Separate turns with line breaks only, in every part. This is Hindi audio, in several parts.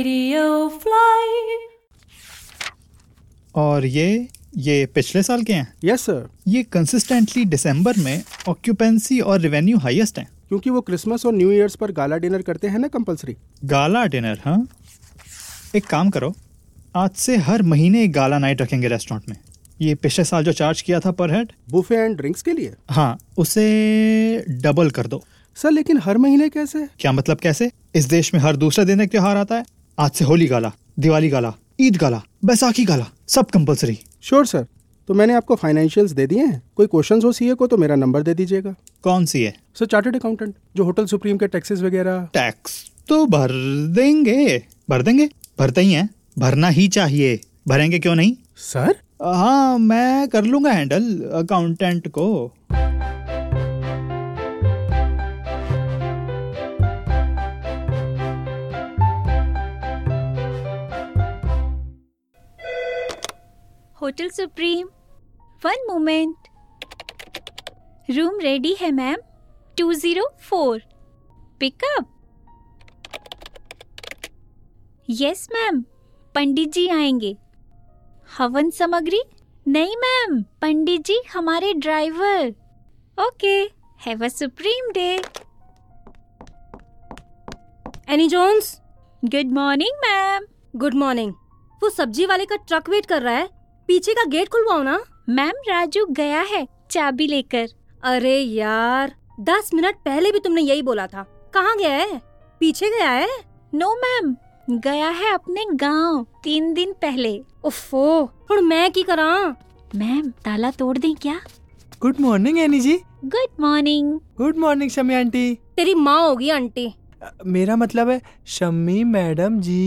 Radio Fly.
और ये ये पिछले साल के हैं
यस सर
ये कंसिस्टेंटली दिसंबर में ऑक्यूपेंसी और रेवेन्यू हाईएस्ट हैं
क्योंकि वो क्रिसमस और न्यू ईयर्स पर गाला डिनर करते हैं ना कंपलसरी
गाला डिनर हाँ एक काम करो आज से हर महीने एक गाला नाइट रखेंगे रेस्टोरेंट में ये पिछले साल जो चार्ज किया था per head
buffet and drinks के लिए
हाँ उसे डबल कर दो
सर लेकिन हर महीने कैसे
क्या मतलब कैसे इस देश में हर दूसरे दिन एक त्योहार आता है आज से Holi gala Diwali gala Eid gala Baisakhi gala सब कंपलसरी
श्योर सर तो मैंने आपको फाइनेंशियल्स दे दिए हैं कोई क्वेश्चंस हो सीए को तो मेरा नंबर दे दीजिएगा
कौन सी है
सर चार्टर्ड अकाउंटेंट जो होटल सुप्रीम के टैक्सेस वगैरह
टैक्स तो भर देंगे भर देंगे भरते ही हैं भरना ही चाहिए भरेंगे क्यों नहीं
सर
हाँ मैं कर लूंगा हैंडल अकाउंटेंट को
hotel Supreme one moment room ready है ma'am 204 pickup yes ma'am Pandit ji आएंगे हवन सामग्री नहीं मैम पंडित जी हमारे driver okay have a Supreme day
Annie Jones
good morning ma'am
good morning वो सब्जी वाले का ट्रक वेट कर रहा है पीछे का गेट खुलवाओ ना
मैम राजू गया है चाबी लेकर
अरे यार दस मिनट पहले भी तुमने यही बोला था कहाँ गया है पीछे गया है
नो मैम गया है अपने गांव तीन दिन पहले
ओफो और मैं की करा
मैम ताला तोड़ दें क्या
good morning Annie ji
good morning
good morning Shammi aunty
तेरी माँ होगी आंटी
अ, मेरा मतलब है शम्मी मैडम जी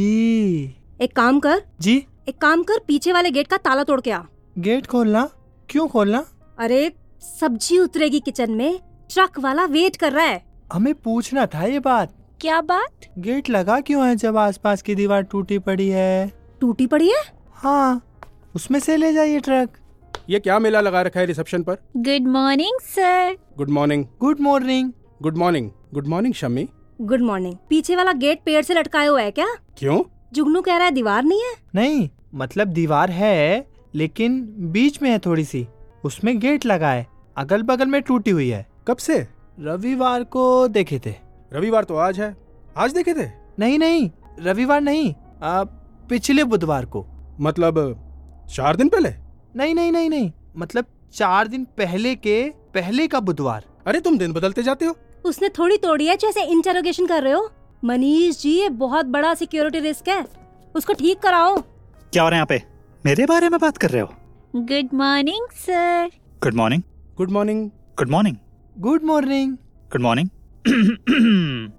एक काम कर
जी
एक काम कर पीछे वाले गेट का ताला तोड़ के आ
गेट खोलना क्यों खोलना
अरे सब्जी उतरेगी किचन में ट्रक वाला वेट कर रहा है
हमें पूछना था ये बात
क्या बात
गेट लगा क्यों है जब आसपास की दीवार टूटी पड़ी है
टूटी पड़ी है
हाँ उसमें से ले जाइए ट्रक
ये क्या मेला लगा रखा है रिसेप्शन पर
good morning sir
good morning
good morning
good morning good morning Shammi
good morning पीछे वाला गेट पेड़ से लटकाया हुआ है क्या
क्यों
जुगनू कह रहा है दीवार नहीं है
नहीं मतलब दीवार है लेकिन बीच में है थोड़ी सी उसमें गेट लगा है अगल बगल में टूटी हुई है
कब से
रविवार को देखे थे
रविवार तो आज है आज देखे थे
नहीं नहीं रविवार नहीं आ, पिछले बुधवार को
मतलब चार दिन पहले
नहीं नहीं नहीं नहीं मतलब चार दिन पहले के पहले का बुधवार
अरे तुम दिन बदलते जाते हो
उसने थोड़ी तोड़ी है जैसे इंटेरोगेशन कर रहे हो मनीष जी ये बहुत बड़ा सिक्योरिटी रिस्क है उसको ठीक कराओ
क्या हो रहा है यहाँ पे मेरे बारे में बात कर रहे हो
good morning sir
good morning
good morning
good morning
good morning
good morning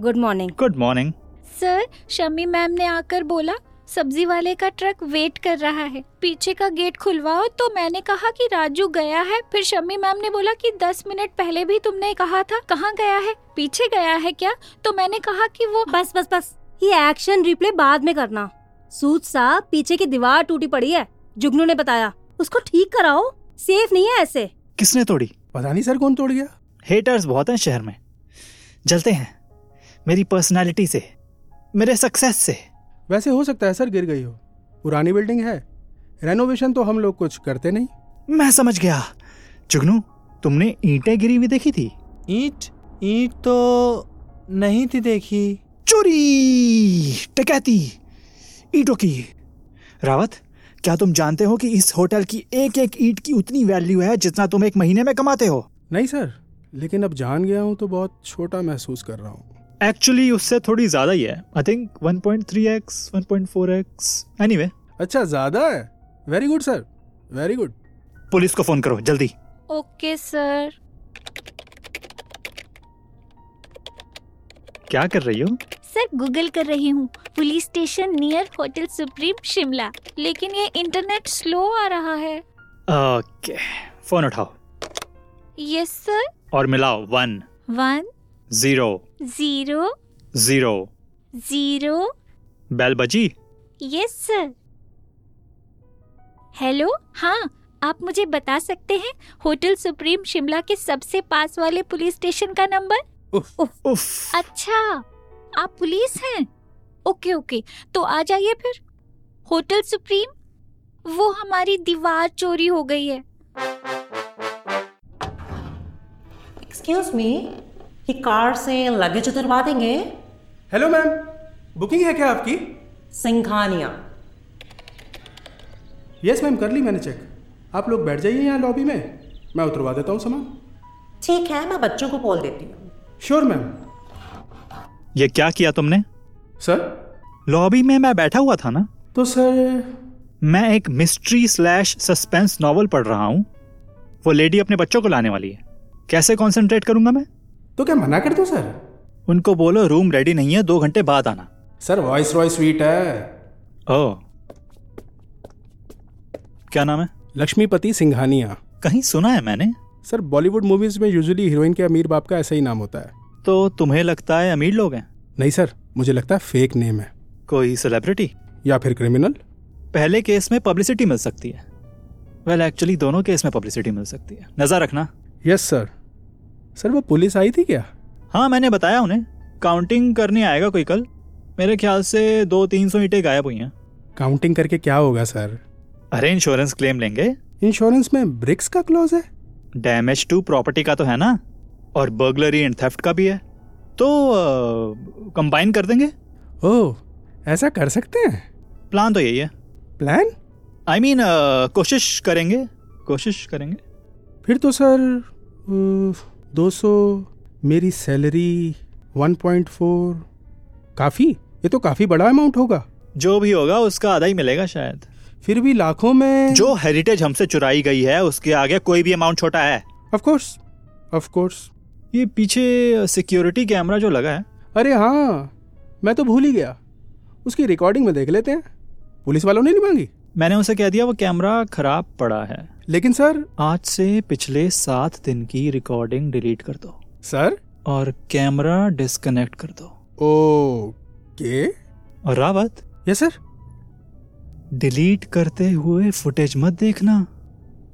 good morning
good morning
sir Shami ma'am ने आकर बोला सब्जी वाले का ट्रक वेट कर रहा है पीछे का गेट खुलवाओ तो मैंने कहा कि राजू गया है फिर शमी मैम ने बोला कि दस मिनट पहले भी तुमने कहा था कहाँ गया है पीछे गया है क्या तो मैंने कहा कि वो
बस बस बस ये एक्शन रिप्ले बाद में करना सूद साहब पीछे की दीवार टूटी पड़ी है जुगनू ने बताया उसको ठीक कराओ सेफ नहीं है ऐसे
किसने तोड़ी
पता नहीं सर कौन तोड़ गया
हेटर्स बहुत हैं शहर में जलते हैं मेरी पर्सनालिटी से मेरे सक्सेस से
वैसे हो सकता है सर गिर गई हो पुरानी बिल्डिंग है रेनोवेशन तो हम लोग कुछ करते नहीं
मैं समझ गया जुगनू तुमने ईंटें गिरी हुई देखी थी
ईट ईट तो नहीं थी देखी
चोरी टकैती ईंटों की रावत क्या तुम जानते हो कि इस होटल की एक एक ईंट की उतनी वैल्यू है जितना तुम एक महीने में कमाते हो
नहीं सर लेकिन अब जान गया हूँ तो बहुत छोटा महसूस कर रहा हूँ
एक्चुअली उससे थोड़ी ज्यादा ही है I think 1.3x 1.4x anyway
अच्छा ज्यादा है very good sir very good
police को फोन करो जल्दी
ओके सर
क्या कर रही हो
सर गूगल कर रही हूँ police station near hotel Supreme Shimla लेकिन ये इंटरनेट स्लो आ रहा है
ओके फोन उठाओ
यस सर
और मिलाओ one
one
zero
zero
zero
zero
बैल बजी
यस सर हेलो हाँ आप मुझे बता सकते हैं होटल सुप्रीम शिमला के सबसे पास वाले पुलिस स्टेशन का नंबर
उफ
अच्छा आप पुलिस हैं ओके ओके तो आ जाइए फिर होटल सुप्रीम वो हमारी दीवार चोरी हो गई है
एक्सक्यूज मी ये कार से लगेज उतरवा देंगे
हेलो मैम बुकिंग है क्या आपकी
सिंघानिया
यस मैम कर ली मैंने चेक आप लोग बैठ जाइए यहाँ लॉबी में मैं उतरवा देता हूँ सामान
ठीक है मैं बच्चों को बोल देती हूँ
श्योर मैम
ये क्या किया तुमने
सर
लॉबी में मैं बैठा हुआ था ना
तो सर
मैं एक मिस्ट्री स्लैश सस्पेंस नॉवल पढ़ रहा हूँ वो लेडी अपने बच्चों को लाने वाली है कैसे कंसंट्रेट करूंगा मैं
तो क्या मना कर दो सर
उनको बोलो रूम रेडी नहीं है दो घंटे बाद आना
सर वॉइस रॉय स्वीट है
ओ क्या नाम है
लक्ष्मीपति सिंघानिया
कहीं सुना है मैंने
सर बॉलीवुड मूवीज में यूजुअली हीरोइन के अमीर बाप का ऐसा ही नाम होता है
तो तुम्हें लगता है अमीर लोग हैं
नहीं सर मुझे लगता है फेक नेम है
कोई सेलिब्रिटी
या फिर क्रिमिनल
पहले केस में पब्लिसिटी मिल सकती है वेल well, एक्चुअली दोनों केस में पब्लिसिटी मिल सकती है नज़र रखना
यस सर सर वो पुलिस आई थी क्या
हाँ मैंने बताया उन्हें काउंटिंग करने आएगा कोई कल मेरे ख्याल से दो तीन सौ ईंटें गायब हुई हैं
काउंटिंग करके क्या होगा सर
अरे इंश्योरेंस क्लेम लेंगे
इंश्योरेंस में ब्रिक्स का क्लॉज है
डैमेज टू प्रॉपर्टी का तो है ना और बर्गलरी एंड थेफ्ट का भी है तो कंबाइन कर देंगे
ओह Oh, ऐसा कर सकते हैं
प्लान तो यही है
plan
I I mean mean, uh, कोशिश करेंगे कोशिश करेंगे
फिर तो सर दो सौ मेरी सैलरी वन पॉइंट फोर काफ़ी ये तो काफ़ी बड़ा अमाउंट होगा
जो भी होगा उसका आधा ही मिलेगा शायद
फिर भी लाखों में
जो हेरिटेज हमसे चुराई गई है उसके आगे कोई भी अमाउंट छोटा है
ऑफ कोर्स ऑफ कोर्स
ये पीछे सिक्योरिटी कैमरा जो लगा है
अरे हाँ मैं तो भूल ही गया उसकी रिकॉर्डिंग में देख लेते हैं पुलिस वालों ने नहीं मांगी
मैंने उसे कह दिया वो कैमरा खराब पड़ा है
लेकिन सर
आज से पिछले सात दिन की रिकॉर्डिंग डिलीट कर दो
सर
और कैमरा डिस्कनेक्ट कर दो
ओके
और रावत
यस सर
डिलीट करते हुए फुटेज मत देखना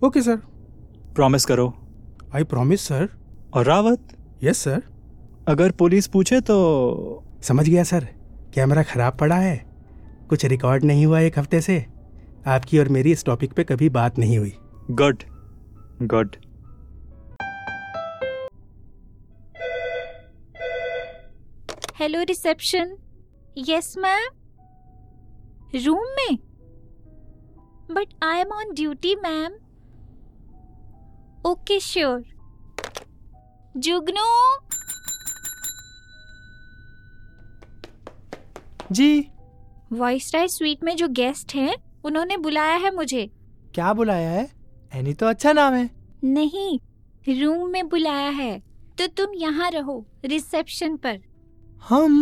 ओके सर
प्रॉमिस करो
आई प्रॉमिस सर
और रावत
यस सर
अगर पुलिस पूछे तो
समझ गया सर कैमरा खराब पड़ा है कुछ रिकॉर्ड नहीं हुआ एक हफ्ते से आपकी और मेरी इस टॉपिक पे कभी बात नहीं हुई
good good
hello reception yes ma'am room में but I am on duty ma'am okay sure Jugnu
ji
viceroy suite में जो गेस्ट हैं उन्होंने बुलाया है मुझे
क्या बुलाया है एनी तो अच्छा नाम है
नहीं रूम में बुलाया है तो तुम यहाँ रहो रिसेप्शन पर
हम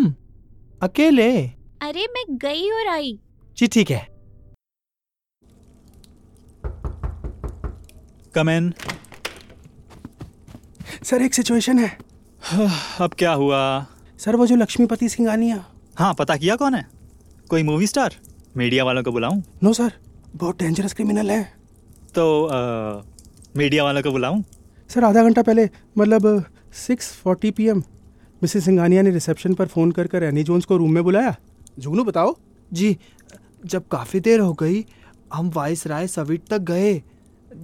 अकेले
अरे मैं गई और आई
जी ठीक है
कम इन
सर एक सिचुएशन है
अब क्या हुआ
सर वो जो लक्ष्मीपति सिंघानिया
हाँ पता किया कौन है कोई मूवी स्टार मीडिया वालों को बुलाऊं
नो सर बहुत डेंजरस क्रिमिनल है
तो अ, मीडिया वालों को बुलाऊं
सर आधा घंटा पहले मतलब six forty P M Mrs Singhania ने रिसेप्शन पर फ़ोन कर कर रैनी जोन्स को रूम में बुलाया जुगनू बताओ
जी जब काफ़ी देर हो गई हम वाइस राय सवीट तक गए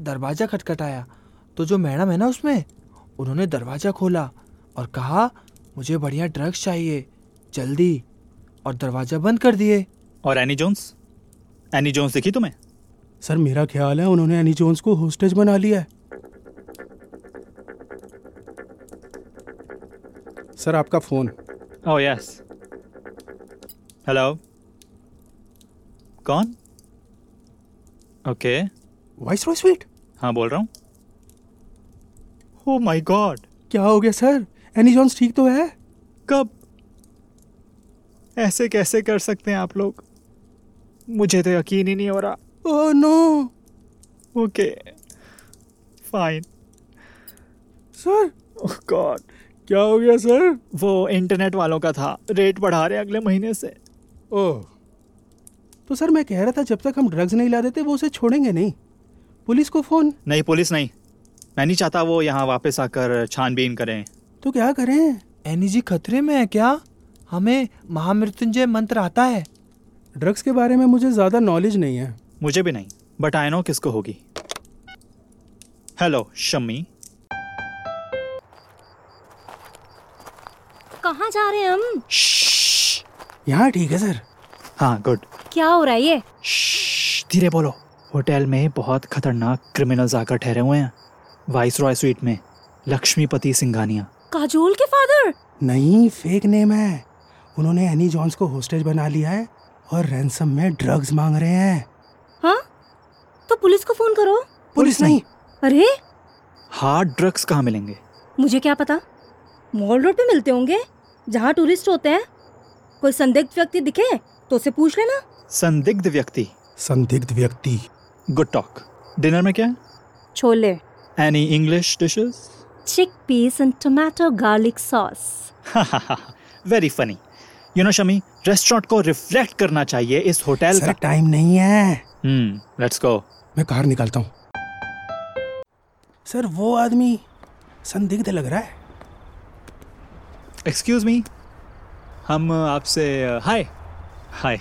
दरवाज़ा खटखटाया तो जो मैडम है ना उसमें उन्होंने दरवाज़ा खोला और कहा मुझे बढ़िया ड्रग्स चाहिए जल्दी और दरवाज़ा बंद कर दिए
और एनी जोन्स एनी जोन्स दिखी तुम्हें
सर मेरा ख्याल है उन्होंने एनी जोन्स को होस्टेज बना लिया है सर आपका फ़ोन
ओह यस हेलो कौन ओके
वाइस रॉय स्वीट
हाँ बोल रहा हूँ Oh ओ माय गॉड
क्या हो गया सर एनी जॉन्स ठीक तो है
कब ऐसे कैसे कर सकते हैं आप लोग मुझे तो यकीन ही नहीं हो रहा
oh no
okay fine
sir
oh god
क्या हो गया सर
Oh वो इंटरनेट वालों का था रेट बढ़ा रहे हैं अगले महीने से
ओह तो सर मैं कह रहा था जब तक हम ड्रग्स नहीं ला देते वो उसे छोड़ेंगे नहीं पुलिस को फ़ोन
नहीं पुलिस नहीं मैं नहीं चाहता वो यहाँ वापस आकर छानबीन करें
तो क्या करें
एनी जी खतरे में है क्या हमें महामृत्युंजय मंत्र आता है
ड्रग्स के बारे में मुझे ज़्यादा नॉलेज नहीं है
मुझे भी नहीं बट आई नो किसको होगी हेलो शम्मी
कहाँ जा रहे हैं हम
यहाँ ठीक है सर
हाँ गुड
क्या हो रहा है ये
धीरे बोलो होटल में बहुत खतरनाक क्रिमिनल्स आकर ठहरे हुए हैं वाइस रॉय स्वीट में लक्ष्मीपति सिंघानिया
काजोल के फादर
नहीं फेक नेम है उन्होंने एनी जॉन्स को होस्टेज बना लिया है और रैंसम में ड्रग्स मांग रहे हैं
हाँ तो पुलिस को फोन करो
पुलिस नहीं
अरे
हार्ड ड्रग्स कहाँ मिलेंगे
मुझे क्या पता मॉल रोड पे मिलते होंगे जहाँ टूरिस्ट होते हैं कोई संदिग्ध व्यक्ति दिखे तो उसे पूछ लेना
संदिग्ध व्यक्ति
संदिग्ध व्यक्ति
गुड टॉक डिनर में क्या है
छोले
एनी इंग्लिश डिशेस
चिक piece and tomato garlic sauce
very funny you know Shami restaurant को रिफ्लेक्ट करना चाहिए इस होटल
सर
का
टाइम नहीं है
हम्म लेट्स गो
मैं कार निकालता हूँ सर वो आदमी संदिग्ध लग रहा है
एक्सक्यूज मी हम uh, आपसे hi hi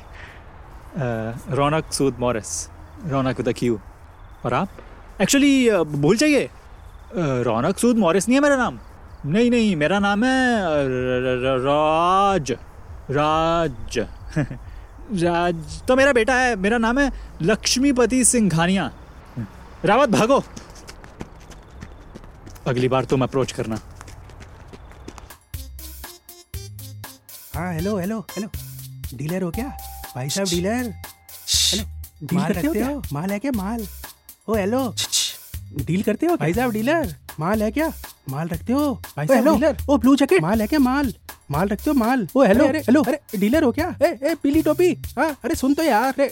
Raunak Sood Morris Raunak with Q और आप एक्चुअली भूल जाइए uh, रौनक सूद मॉरिस नहीं है मेरा नाम नहीं नहीं मेरा नाम है uh, र- र- र- राज राज राज तो मेरा बेटा है मेरा नाम है लक्ष्मीपति सिंघानिया रावत भागो अगली बार तुम अप्रोच करना
हाँ हेलो हेलो हेलो डीलर हो क्या भाई साहब डीलर हेलो माल रखते हो माल है क्या माल ओ हेलो डील करते हो भाई साहब डीलर माल है क्या माल रखते हो भाई साहब डीलर ओ ब्लू जैकेट माल है क्या माल माल रखते हो माल ओ हेलो अरे हेलो अरे डीलर हो क्या ए ए पीली टोपी हाँ अरे सुन तो यार अरे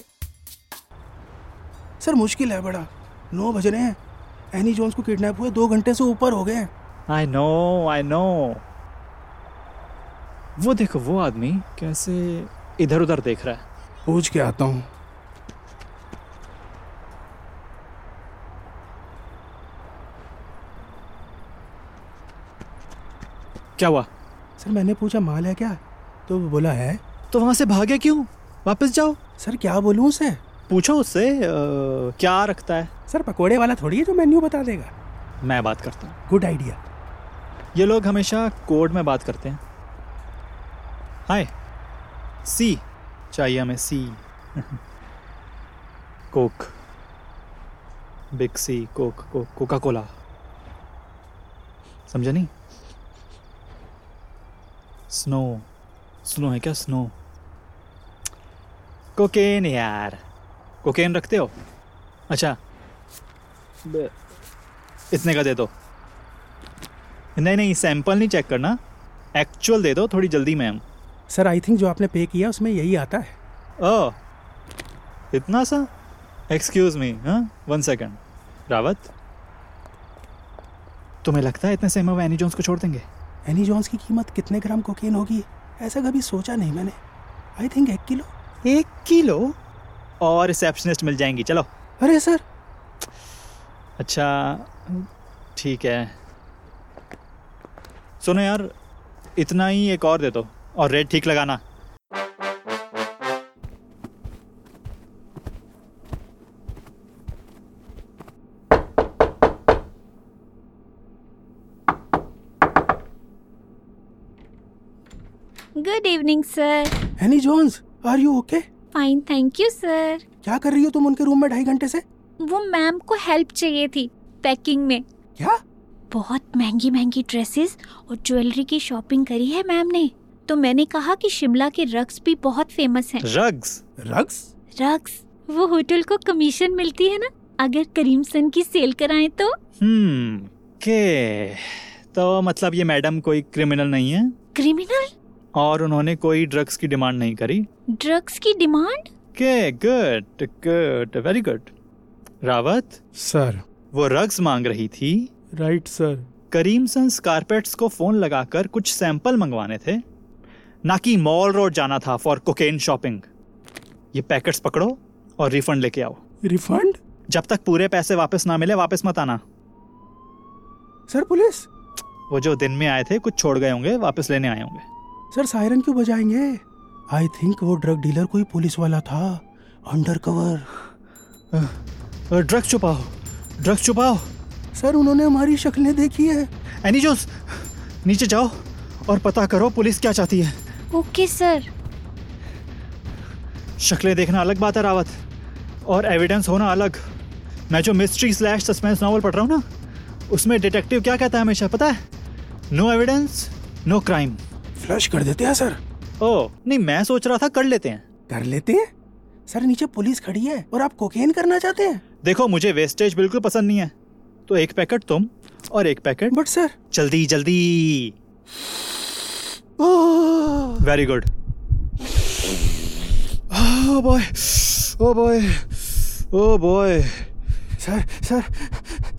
सर मुश्किल है बड़ा नौ बज रहे हैं एनी जोन्स को किडनैप हुए दो घंटे से ऊपर हो गए हैं
आई नो आई नो वो देखो वो आदमी कैसे इधर उधर देख रहा है
पूछ के आता हूँ
क्या हुआ
सर मैंने पूछा माल है क्या तो वो बोला है
तो वहां से भागे क्यों वापस जाओ
सर क्या बोलूँ उसे
पूछो उससे अ, क्या रखता है
सर पकोड़े वाला थोड़ी है जो मेन्यू बता देगा
मैं बात करता हूँ
गुड आइडिया
ये लोग हमेशा कोड में बात करते हैं हाय सी चाहिए हमें सी Coke big C coke coke coca cola समझा नहीं स्नो स्नो है क्या स्नो कोकेन यार कोकेन रखते हो अच्छा ब- इतने का दे दो नहीं नहीं सैंपल नहीं चेक करना एक्चुअल दे दो थोड़ी जल्दी में हम
सर आई थिंक जो आपने पे किया उसमें यही आता है
ओ इतना सा एक्सक्यूज मी हाँ वन सेकंड रावत तुम्हें लगता है इतने से हम एनी जोन्स को छोड़ देंगे
एनी जॉन्स की कीमत कितने ग्राम कोकेन होगी ऐसा कभी सोचा नहीं मैंने आई थिंक एक किलो
एक किलो और रिसेप्शनिस्ट मिल जाएंगी चलो
अरे सर
अच्छा ठीक है सुनो यार इतना ही एक और दे दो और रेट ठीक लगाना
good evening sir
Annie Jones are you okay
fine thank you sir
क्या कर रही हो तुम उनके रूम में ढाई घंटे से
वो मैम को हेल्प चाहिए थी पैकिंग में
क्या
बहुत महंगी महंगी ड्रेसेस और ज्वेलरी की शॉपिंग करी है मैम ने तो मैंने कहा कि शिमला के रग्स भी बहुत फेमस हैं
रग्स
रग्स
रग्स वो होटल को कमीशन मिलती है ना अगर करीमसन की सेल कराएं तो
हम्म के तो मतलब ये मैडम कोई क्रिमिनल नहीं है
क्रिमिनल
और उन्होंने कोई ड्रग्स की डिमांड नहीं करी
ड्रग्स की डिमांड
के good good very good Rawat
sir
वो रग्स मांग रही थी
right sir
Karim sons carpets को फ़ोन लगाकर कुछ सैंपल मंगवाने थे ना कि मॉल रोड जाना था फॉर कोकेन शॉपिंग ये पैकेट्स पकड़ो और रिफंड लेके आओ
रिफंड
जब तक पूरे पैसे वापस ना मिले वापस मत आना
सर पुलिस
वो जो दिन में आए थे कुछ छोड़ गए होंगे वापस लेने आए होंगे
सर सायरन क्यों बजाएंगे आई थिंक वो ड्रग डीलर कोई पुलिस वाला था अंडर कवर
ड्रग्स छुपाओ ड्रग्स छुपाओ
सर उन्होंने हमारी शक्लें देखी है
एनी जोस नीचे जाओ और पता करो पुलिस क्या चाहती है
ओके सर
शक्लें देखना अलग बात है रावत और एविडेंस होना अलग मैं जो मिस्ट्री स्लैश सस्पेंस नावल पढ़ रहा हूँ ना उसमें डिटेक्टिव क्या कहता है हमेशा पता है no evidence no crime
flush कर देते हैं सर
ओह नहीं मैं सोच रहा था कर लेते हैं
कर लेते हैं सर नीचे पुलिस खड़ी है और आप कोकेन करना चाहते हैं
देखो मुझे वेस्टेज बिल्कुल पसंद नहीं है तो एक पैकेट तुम और एक पैकेट
बट सर
जल्दी जल्दी very good oh boy oh boy oh boy
sir sir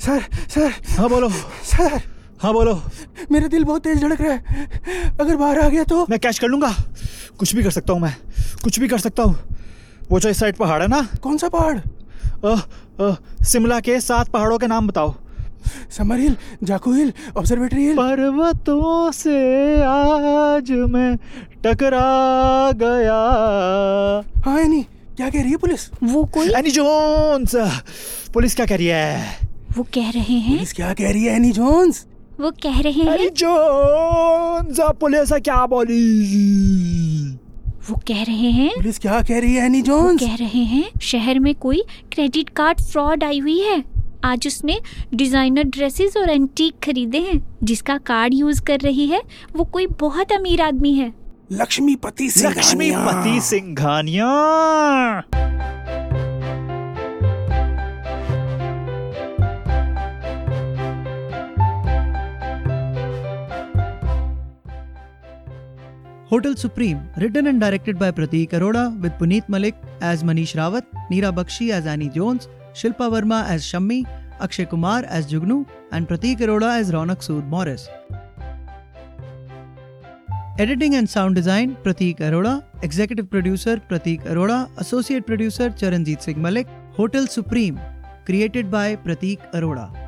sir sir
हाँ बोलो
सर
हाँ बोलो
मेरा दिल बहुत तेज धड़क रहा है अगर बाहर आ गया तो
मैं कैच कर लूंगा कुछ भी कर सकता हूँ मैं कुछ भी कर सकता हूँ वो जो इस साइड पहाड़ है ना
कौन सा पहाड़
अ, अ, शिमला के सात पहाड़ों के नाम बताओ
Summer Hill Jakhu Hill Observatory Hill
पर्वतों से आज मैं टकरा गया
हाँ एनी क्या कह रही है पुलिस
वो कोई
एनी जोन्स पुलिस क्या कह रही है
वो कह रहे हैं
पुलिस क्या कह रही है एनी जोन्स
वो कह रहे हैं
एनी जोन्स पुलिस क्या बोली
वो कह रहे हैं
पुलिस क्या कह रही है एनी
वो
जोन्स
कह रहे हैं शहर में कोई क्रेडिट कार्ड फ्रॉड आई हुई है आज उसने डिजाइनर ड्रेसेस और एंटीक खरीदे हैं जिसका कार्ड यूज कर रही है वो कोई बहुत अमीर आदमी है
Lakshmipati Singh
Lakshmipati Singhania
Hotel Supreme, written and directed by Pratik Arora, with Puneet Malik as Manish Rawat, Neera Bakshi as Annie Jones, Shilpa Verma as Shammi, Akshay Kumar as Jugnu, and Pratik Arora as Ronak Sood Morris. Editing and sound design Pratik Arora, Executive Producer Pratik Arora, Associate Producer Charanjit Singh Malik, Hotel Supreme, created by Pratik Arora.